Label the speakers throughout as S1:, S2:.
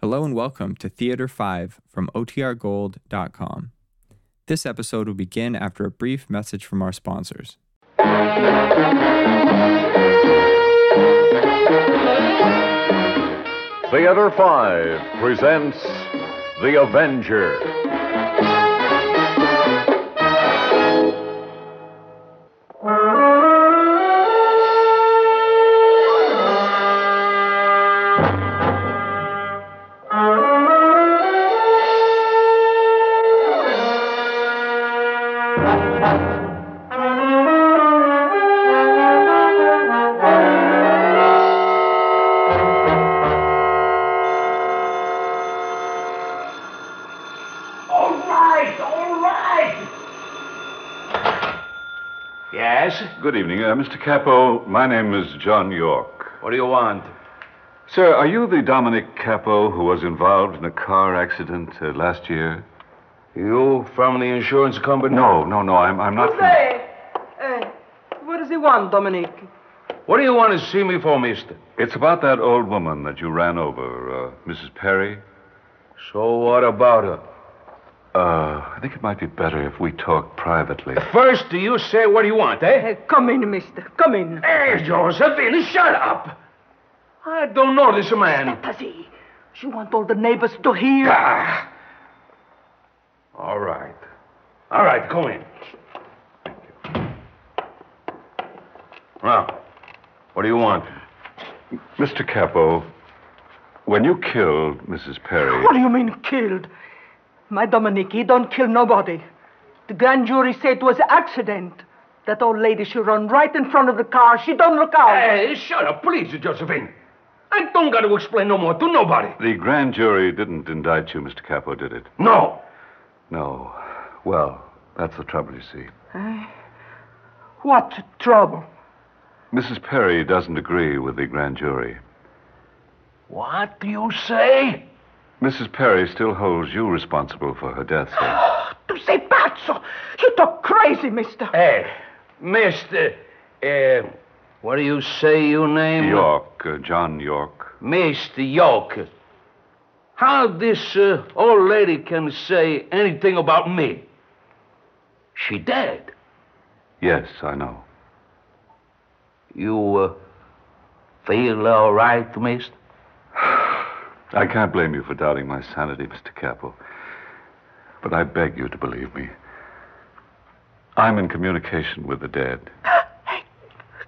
S1: Hello and welcome to Theater 5 from OTRGold.com. This episode will begin after a brief message from our sponsors.
S2: Theater 5 presents The Avenger.
S3: All right, all right. Yes?
S2: Good evening, uh, Mr. Capo. My name is John York.
S3: What do you want?
S2: Sir, are you the Dominic Capo who was involved in a car accident uh, last year?
S3: You from the insurance company?
S2: No, no, no, I'm, I'm not.
S4: Good day. Eh, what does he want, Dominic?
S3: What do you want to see me for, mister?
S2: It's about that old woman that you ran over, uh, Mrs. Perry.
S3: So what about her?
S2: Uh, I think it might be better if we talk privately.
S3: First, do you say what you want, eh?
S4: Eh, come in, mister. Come in.
S3: Hey, Josephine, shut up. I don't know this man.
S4: Pazzi, she want all the neighbors to hear.
S3: Ah. All right. All right, come in. Now, what do you want?
S2: Mr. Capo, when you killed Mrs. Perry.
S4: What do you mean, killed? My Dominic, he don't kill nobody. The grand jury say it was an accident. That old lady, she run right in front of the car. She don't look out.
S3: Hey, shut up, please, Josephine. I don't got to explain no more to nobody.
S2: The grand jury didn't indict you, Mr. Capo, did it?
S3: No.
S2: No. Well, that's the trouble, you see.
S4: What trouble?
S2: Mrs. Perry doesn't agree with the grand jury.
S3: What do you say?
S2: Mrs. Perry still holds you responsible for her death, sir.
S4: To say pazzo. You talk crazy, mister.
S3: Hey, Eh, mister. Uh, what do you say your name?
S2: York, uh, John York.
S3: Mr. York. How this uh, old lady can say anything about me? She dead.
S2: Yes, I know.
S3: You uh, feel all right, mister?
S2: I can't blame you for doubting my sanity, Mr. Capel. But I beg you to believe me. I'm in communication with the dead.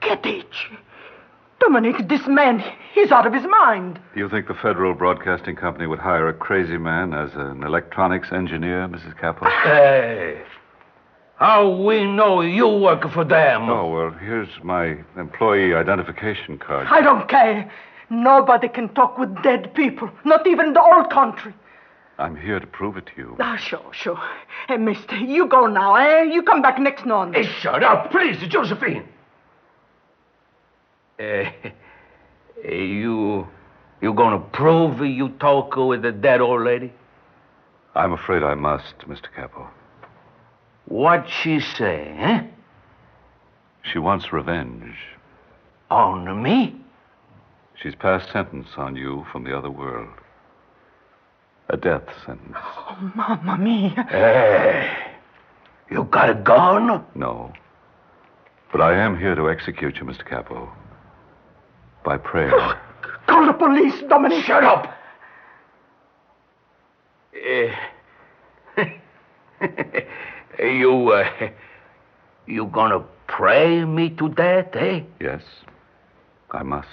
S4: Get it. Dominic, this man, he's out of his mind.
S2: Do you think the Federal Broadcasting Company would hire a crazy man as an electronics engineer, Mrs. Capel?
S3: Oh. Hey, how we know you work for them?
S2: Oh, well, here's my employee identification card.
S4: I don't care. Nobody can talk with dead people, not even the old country.
S2: I'm here to prove it to you.
S4: Ah, sure, sure. Hey, mister, you go now, eh? You come back next morning.
S3: Hey, shut up, please, Josephine. Uh, eh, you, you gonna prove you talk with the dead old lady?
S2: I'm afraid I must, Mr. Capel.
S3: What she say, eh?
S2: She wants revenge.
S3: On me?
S2: She's passed sentence on you from the other world. A death sentence.
S4: Mamma mia.
S3: Hey, you got a gun?
S2: No. But I am here to execute you, Mr. Capel. By prayer.
S4: Call the police, Dominic.
S3: Shut up. Eh, you, uh, you gonna pray me to death, eh?
S2: yes, I must.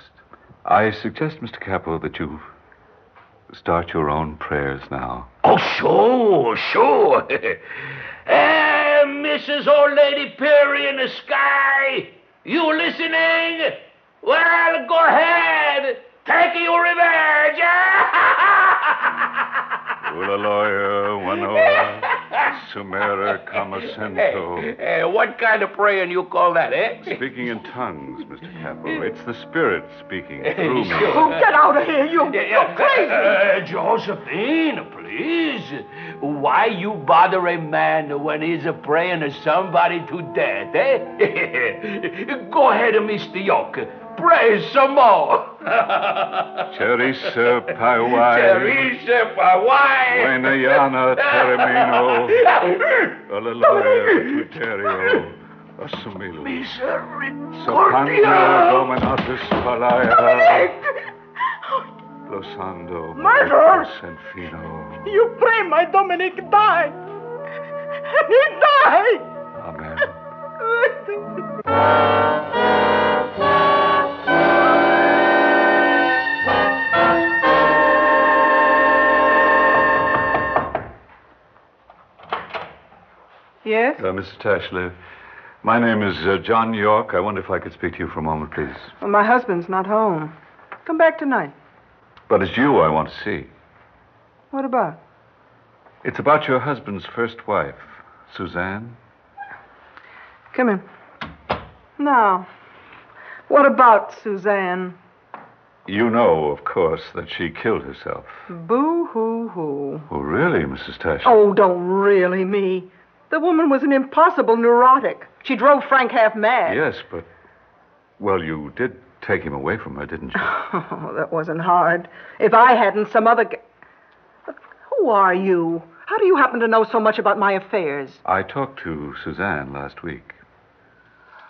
S2: I suggest, Mr. Capel, that you start your own prayers now.
S3: Oh, sure, sure. Eh, Mrs. Old Lady Perry in the sky, you listening? Well, go ahead. Take your revenge.
S2: Ulaloya, Wanoa, Sumera, Kamasento.
S3: Eh, what kind of praying you call that, eh?
S2: Speaking in tongues, Mr. Capel. It's the Spirit speaking through me.
S3: Sure.
S4: Oh, get out of here, you. You're crazy.
S3: Uh, Josephine, please. Why you bother a man when he's a praying to somebody to death, eh? Go ahead, Mr. York. Pray some more.
S2: Teresa Pawai.
S3: Teresa, my wife.
S2: Guinayana Teremino. Alalaria Tuterio. Asumilo. Sopantia Dominatus Palaya. Losando.
S4: Murder!
S2: Senfino.
S4: You pray my Dominic die. And he died.
S2: Amen.
S4: Yes?
S2: Uh, Mr. Tashley, my name is uh, John York. I wonder if I could speak to you for a moment, please.
S4: Well, my husband's not home. Come back tonight.
S2: But it's you I want to see.
S4: What about?
S2: It's about your husband's first wife, Suzanne.
S4: Come in. Now, what about Suzanne?
S2: You know, of course, that she killed herself.
S4: Boo hoo hoo.
S2: Oh, really, Mrs. Tashley?
S4: Hmm. Oh, don't really me. The woman was an impossible neurotic. She drove Frank half mad.
S2: Yes, but. Well, you did take him away from her, didn't you?
S4: Oh, that wasn't hard. If I hadn't, some other. G- Who are you? How do you happen to know so much about my affairs?
S2: I talked to Suzanne last week.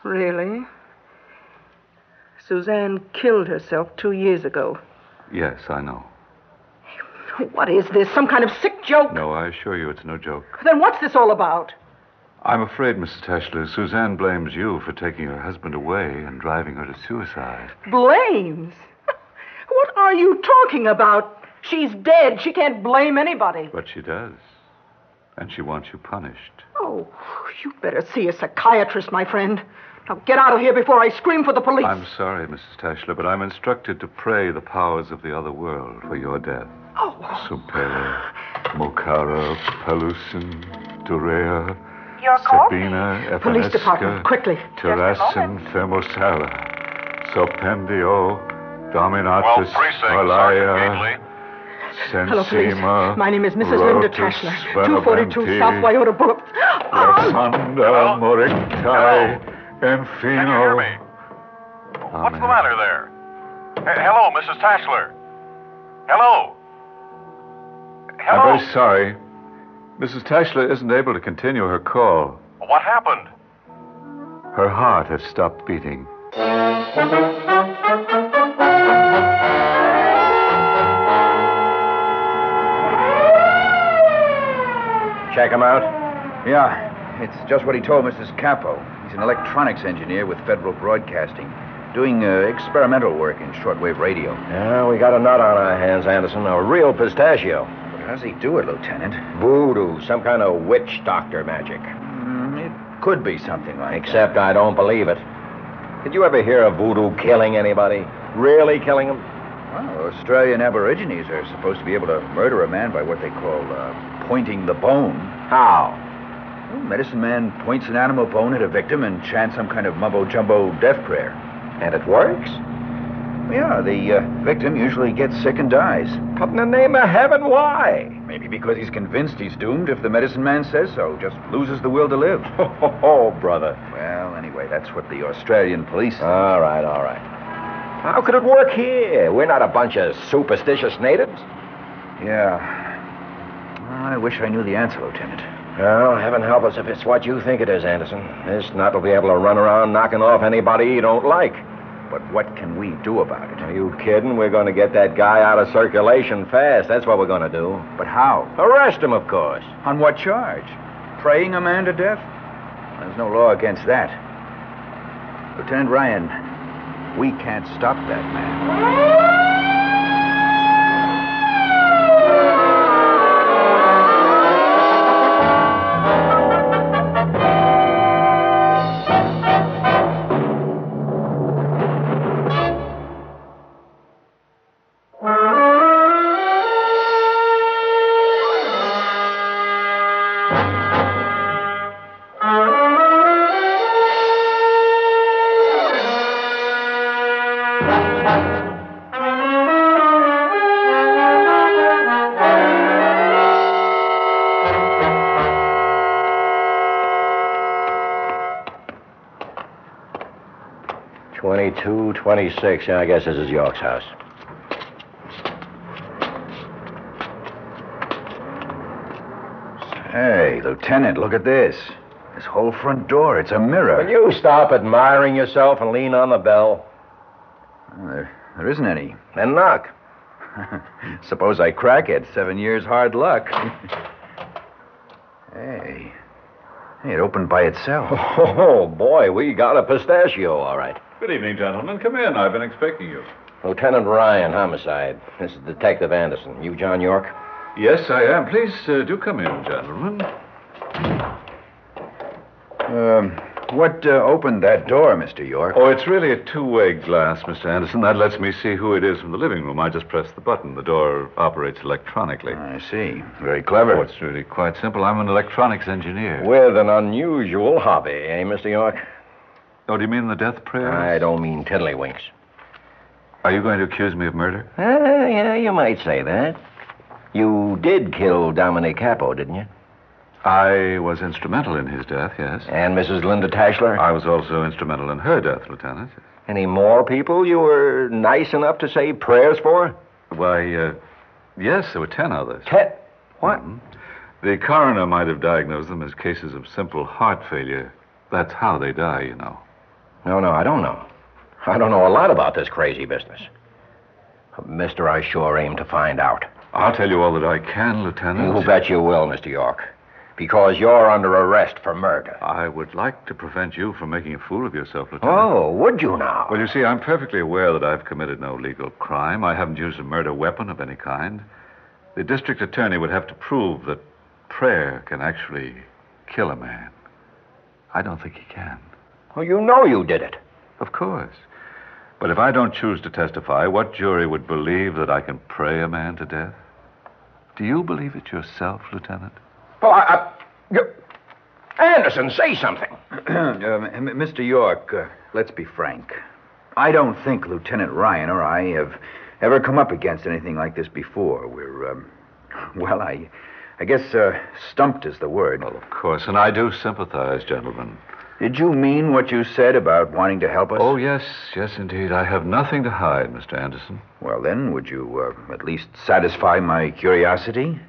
S4: Really? Suzanne killed herself two years ago.
S2: Yes, I know.
S4: What is this? Some kind of sick joke?
S2: No, I assure you it's no joke.
S4: Then what's this all about?
S2: I'm afraid, Mrs. Tashley, Suzanne blames you for taking her husband away and driving her to suicide.
S4: Blames? what are you talking about? She's dead. She can't blame anybody.
S2: But she does. And she wants you punished.
S4: Oh, you better see a psychiatrist, my friend. Now get out of here before I scream for the police.
S2: I'm sorry, Mrs. Tashley, but I'm instructed to pray the powers of the other world for your death.
S4: Oh,
S2: Supele, Mokara, Pelusin, Durea,
S5: Your call,
S2: Sabina, Evanesca,
S4: police department, quickly.
S2: Terracin, Thermosala, Sopendio, Dominatus, Palaya,
S4: Hello, police.
S2: Sensima,
S4: My name is Mrs. Linda
S2: Rotus,
S4: Tashler, 242
S2: Beneventi,
S4: South Wyota Boulevard. Oh,
S2: Alexander Morictai, Enfino.
S6: Can you hear me?
S2: Oh,
S6: What's the matter there? He- hello, Mrs. Tashler. Hello. Hello.
S2: I'm
S6: Oh.
S2: very sorry. Mrs. Tashler isn't able to continue her call.
S6: What happened?
S2: Her heart has stopped beating.
S7: Check him out? Yeah, it's just what he told Mrs. Capo. He's an electronics engineer with Federal Broadcasting, doing uh, experimental work in shortwave radio.
S8: Yeah, we got a nut on our hands, Anderson. A real pistachio.
S7: But how does he do it, Lieutenant?
S8: Voodoo, some kind of witch doctor magic.
S7: Mm, it could be something like that.
S8: Except I don't believe it. Did you ever hear of voodoo killing anybody? Really killing them?
S7: Well, Australian Aborigines are supposed to be able to murder a man by what they call uh, pointing the bone.
S8: How?
S7: Well, medicine man points an animal bone at a victim and chants some kind of mumbo jumbo death prayer.
S8: And it works?
S7: Yeah, the uh, victim usually gets sick and dies.
S8: But in the name of heaven, why?
S7: Maybe because he's convinced he's doomed if the medicine man says so, just loses the will to live.
S8: Oh, brother.
S7: Well, anyway, that's what the Australian police.
S8: All right, all right. How could it work here? We're not a bunch of superstitious natives.
S7: yeah. I wish I knew the answer, Lieutenant.
S8: Well, heaven help us if it's what you think it is, Anderson. This nut will be able to run around knocking off anybody you don't like.
S7: But what can we do about it?
S8: Are you kidding? We're going to get that guy out of circulation fast. That's what we're going to do.
S7: But how?
S8: Arrest him, of course.
S7: On what charge? Praying a man to death? There's no law against that. Lieutenant Ryan, we can't stop that man.
S5: Thank
S3: 22, 26. Yeah, I guess this is York's house.
S9: Hey, Lieutenant, look at this. This whole front door, it's a mirror.
S3: Will you stop admiring yourself and lean on the bell?
S9: Oh, there, there isn't any.
S3: Then knock.
S9: Suppose I crack it. Seven years hard luck. hey. Hey, it opened by itself.
S3: Oh, boy, we got a pistachio, all right.
S2: Good evening, gentlemen. Come in. I've been expecting you.
S3: Lieutenant Ryan, homicide. This is Detective Anderson. You, John York?
S2: Yes, I am. Please uh, do come in, gentlemen.
S9: Um, what uh, opened that door, Mr. York?
S2: Oh, it's really a two-way glass, Mr. Anderson. That lets me see who it is from the living room. I just press the button. The door operates electronically.
S9: I see. Very
S2: Oh,
S9: clever.
S2: it's really quite simple. I'm an electronics engineer.
S3: With an unusual hobby, eh, Mr. York?
S2: Oh, do you mean the death prayer?
S3: I don't mean tiddlywinks.
S2: Are you going to accuse me of murder?
S3: Uh, yeah, you might say that. You did kill Dominic Capo, didn't you?
S2: I was instrumental in his death, yes.
S3: And Mrs. Linda Tashler?
S2: I was also instrumental in her death, Lieutenant.
S3: Any more people you were nice enough to say prayers for?
S2: Why, uh, yes, there were ten others.
S3: Tet. What?
S2: Mm-hmm. The coroner might have diagnosed them as cases of simple heart failure. That's how they die, you know.
S3: No, no, I don't know. I don't know a lot about this crazy business. Mister, I sure aim to find out.
S2: I'll tell you all that I can, Lieutenant.
S9: Oh,
S3: You bet you will, Mr. York. Because you're under arrest for murder.
S2: I would like to prevent you from making a fool of yourself, Lieutenant.
S3: Oh, would you now?
S2: Well, you see, I'm perfectly aware that I've committed no legal crime. I haven't used a murder weapon of any kind. The district attorney would have to prove that prayer can actually kill a man. I don't think he can.
S3: Well, you know you did it.
S2: Of course. But if I don't choose to testify, what jury would believe that I can pray a man to death? Do you believe it yourself, Lieutenant?
S3: Well, Oh, I. I you, Anderson, say something.
S9: Um, M- Mr. York, uh, let's be frank. I don't think Lieutenant Ryan or I have ever come up against anything like this before. We're, um, well, I, I guess uh, stumped is the word.
S2: Well, of course, and I do sympathize, gentlemen.
S9: Did you mean what you said about wanting to help us?
S2: Oh, yes, yes, indeed. I have nothing to hide, Mr. Anderson.
S9: Well, then, would you uh, at least satisfy my curiosity?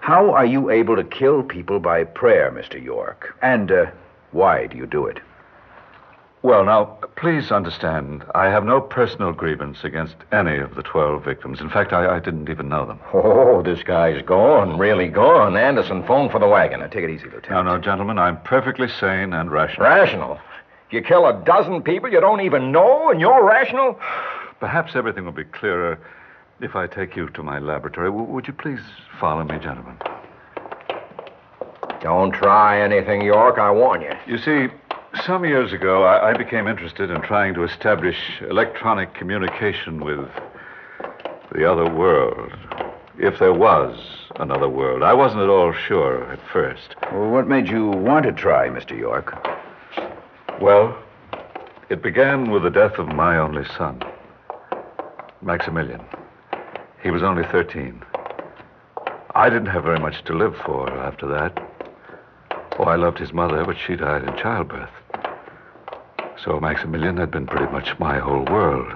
S9: How are you able to kill people by prayer, Mr. York? And uh, why do you do it?
S2: Well, now, please understand, I have no personal grievance against any of the 12 victims. In fact, I, I didn't even know them.
S3: Oh, this guy's gone, really gone. Anderson, phone for the wagon.
S9: Now, take it easy,
S2: No,
S9: Lieutenant.
S2: no, gentlemen, I'm perfectly sane and rational.
S3: Rational. You kill a dozen people you don't even know, and you're rational?
S2: Perhaps everything will be clearer if I take you to my laboratory. W- would you please follow me, gentlemen?
S3: Don't try anything, York. I warn you.
S2: You see, some years ago, I, I became interested in trying to establish electronic communication with the other world. If there was another world, I wasn't at all sure at first.
S9: Well, what made you want to try, Mr. York?
S2: Well, it began with the death of my only son, Maximilian. He was only 13. I didn't have very much to live for after that. Oh, I loved his mother, but she died in childbirth. So Maximilian had been pretty much my whole world.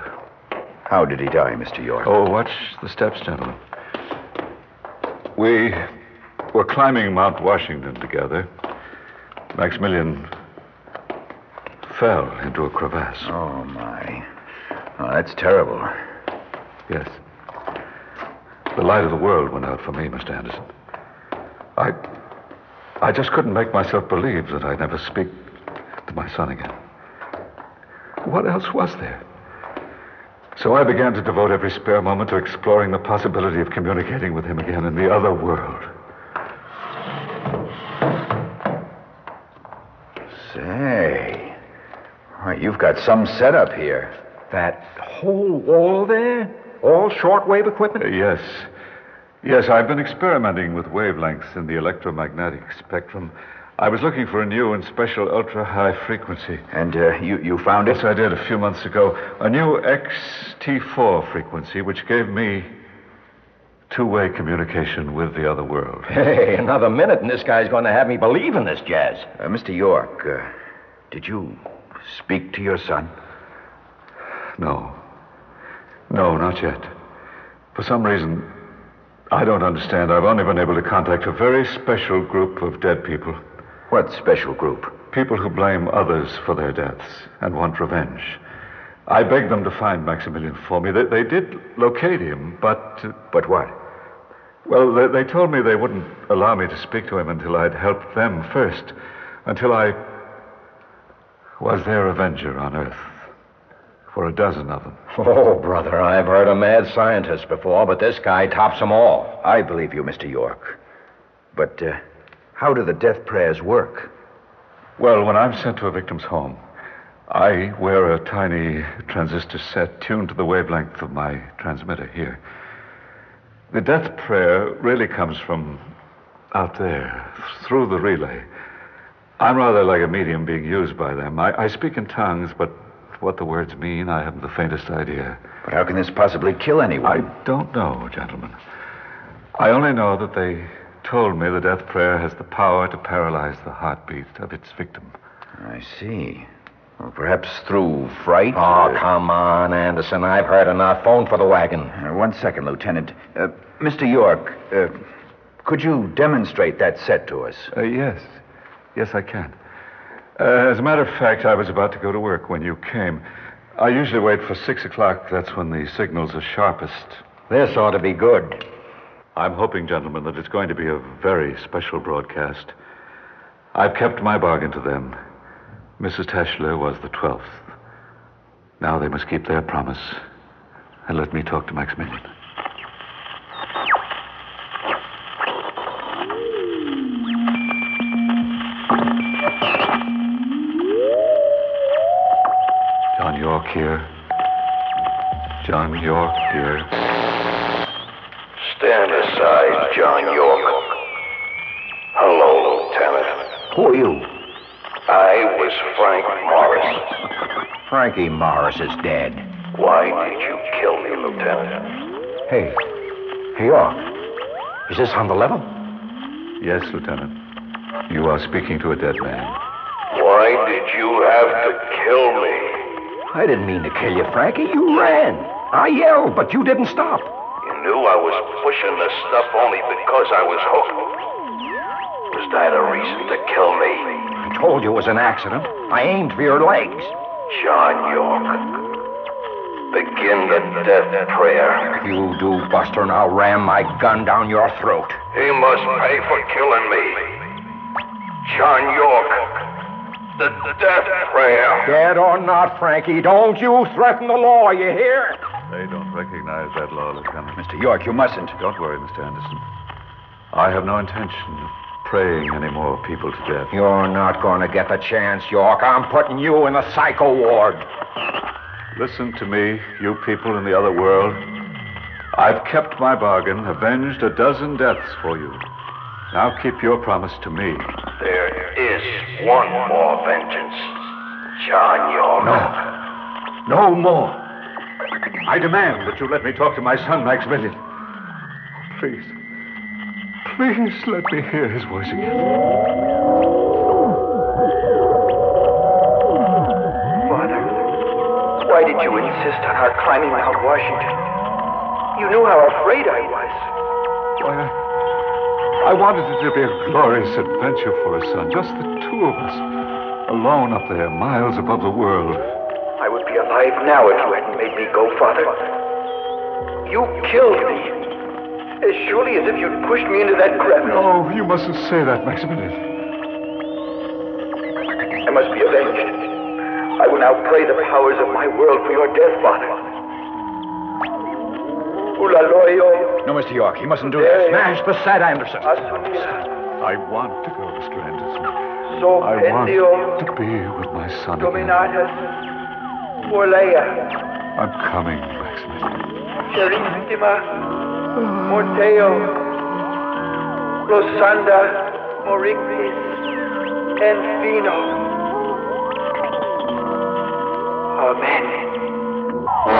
S9: How did he die, Mr. York?
S2: Oh, watch the steps, gentlemen. We were climbing Mount Washington together. Maximilian fell into a crevasse.
S9: Oh, my. Oh, that's terrible.
S2: Yes. The light of the world went out for me, Mr. Anderson. I. I just couldn't make myself believe that I'd never speak to my son again. What else was there? So I began to devote every spare moment to exploring the possibility of communicating with him again in the other world.
S9: Say, why, you've got some setup here.
S3: That whole wall there? All shortwave equipment?
S2: Uh, Yes. Yes, I've been experimenting with wavelengths in the electromagnetic spectrum. I was looking for a new and special ultra high frequency.
S9: And uh, you, you found it?
S2: Yes, I did a few months ago. A new XT4 frequency, which gave me two way communication with the other world.
S3: Hey, another minute, and this guy's going to have me believe in this jazz.
S9: Uh, Mr. York, uh, did you speak to your son?
S2: No. No, not yet. For some reason, I don't understand. I've only been able to contact a very special group of dead people.
S3: What special group?
S2: People who blame others for their deaths and want revenge. I begged them to find Maximilian for me. They, they did locate him, but. uh,
S3: But what?
S2: Well, they, they told me they wouldn't allow me to speak to him until I'd helped them first. Until I was their avenger on Earth. For a dozen of them.
S10: Oh, brother, I've heard of mad scientists before, but this guy tops them all.
S3: I believe you, Mr. York. But uh, how do the death prayers work?
S2: Well, when I'm sent to a victim's home, I wear a tiny transistor set tuned to the wavelength of my transmitter here. The death prayer really comes from out there, through the relay. I'm rather like a medium being used by them. I, I speak in tongues, but what the words mean, I haven't the faintest idea.
S3: But how can this possibly kill
S2: I
S3: anyone?
S2: don't know, gentlemen. I only know that they told me the death prayer has the power to paralyze the heartbeat of its victim.
S3: I see. Well, perhaps through fright. Ah,
S10: Oh,
S3: or-
S10: come on, Anderson. I've heard enough. Phone for the wagon.
S3: Uh, one second, Lieutenant. Uh, Mr. York, uh, could you demonstrate that set to us?
S2: Uh, yes. Yes, I can. Uh, as a matter of fact, I was about to go to work when you came. I usually wait for six o'clock. That's when the signals are sharpest.
S10: This ought to be good.
S2: I'm hoping, gentlemen, that it's going to be a very special broadcast. I've kept my bargain to them. Mrs. Tashler was the 12th. Now they must keep their promise and let me talk to Maximilian. John York here. John York here.
S11: Stand aside, John York. Hello, Lieutenant.
S3: Who are you?
S11: I was Frank Morris.
S3: Frankie Morris is dead.
S11: Why did you kill me, Lieutenant?
S3: Hey, hey, York. Is this on the level?
S2: Yes, Lieutenant. You are speaking to a dead man.
S11: Why did you have to kill me?
S3: I didn't mean to kill you, Frankie. You ran. I yelled, but you didn't stop.
S11: You knew I was pushing the stuff only because I was hooked. Was that a reason to kill me?
S3: I told you it was an accident. I aimed for your legs.
S11: John York. Begin the death prayer.
S3: You do, Buster, and I'll ram my gun down your throat.
S11: He must pay for killing me. John York. The death prayer.
S3: Dead or not, Frankie, don't you threaten the law, you hear?
S2: They don't recognize that law, Lieutenant.
S3: Mr. York, you mustn't.
S2: Don't worry, Mr. Anderson. I have no intention of praying any more people to death.
S3: You're not going to get the chance, York. I'm putting you in the psycho ward.
S2: Listen to me, you people in the other world. I've kept my bargain, avenged a dozen deaths for you. Now keep your promise to me.
S11: There is one more vengeance. John York.
S2: No more. I demand that you let me talk to my son, Maximilian. Please. Please let me hear his voice again.
S12: Father, why did you insist on our climbing Mount Washington? You knew how afraid I was.
S2: Why, I, I wanted it to be a glorious adventure for us, son. Just the two of us. Alone up there, miles above the world.
S12: I would be alive now if you hadn't made me go, Father. You killed me. As surely as if you'd pushed me into that crevice.
S2: No, Oh, you mustn't say that, Maximilian.
S12: I must be avenged. I will now pray the powers of my world for your death, Father. Ulaloyo,
S3: No, Mr. York, you mustn't do that. Smash the set, Anderson.
S12: Asunira,
S2: I want to go, Mr. Anderson.
S12: So
S2: I want
S12: Endio,
S2: to be with my son again.
S12: Dominatus, Volea.
S2: I'm coming, Maximilian.
S12: Serissima, Morteo, Rosanda, Morictis, and Fino. Amen.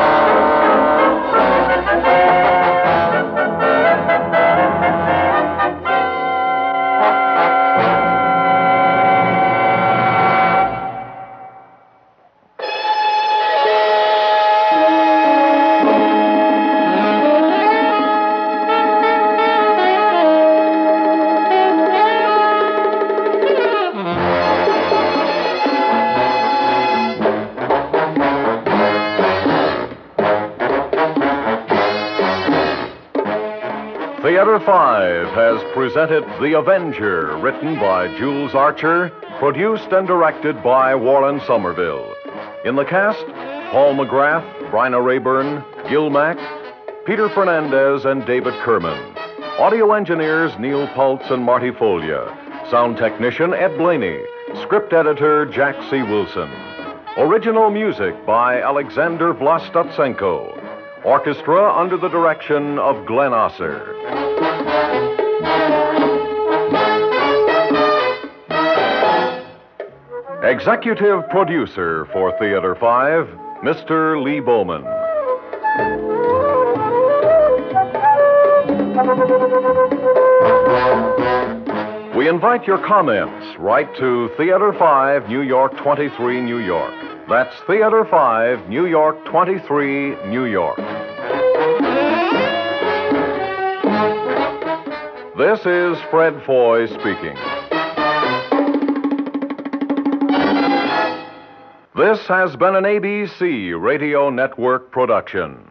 S11: John
S2: Theater 5 has presented The Avenger, written by Jules Archer, produced and directed by Warren Somerville. In the cast, Paul McGrath, Bryna Rayburn, Gil Mack, Peter Fernandez, and David Kerman. Audio engineers Neil Pultz and Marty Folia. Sound technician Ed Blaney. Script editor Jack C. Wilson. Original music by Alexander Vlastotsenko. Orchestra under the direction of Glenn Osser. Executive producer for Theater 5, Mr. Lee Bowman. We invite your comments. Write to Theater 5, New York 23, New York. That's Theater 5, New York 23, New York. This is Fred Foy speaking. This has been an ABC Radio Network production.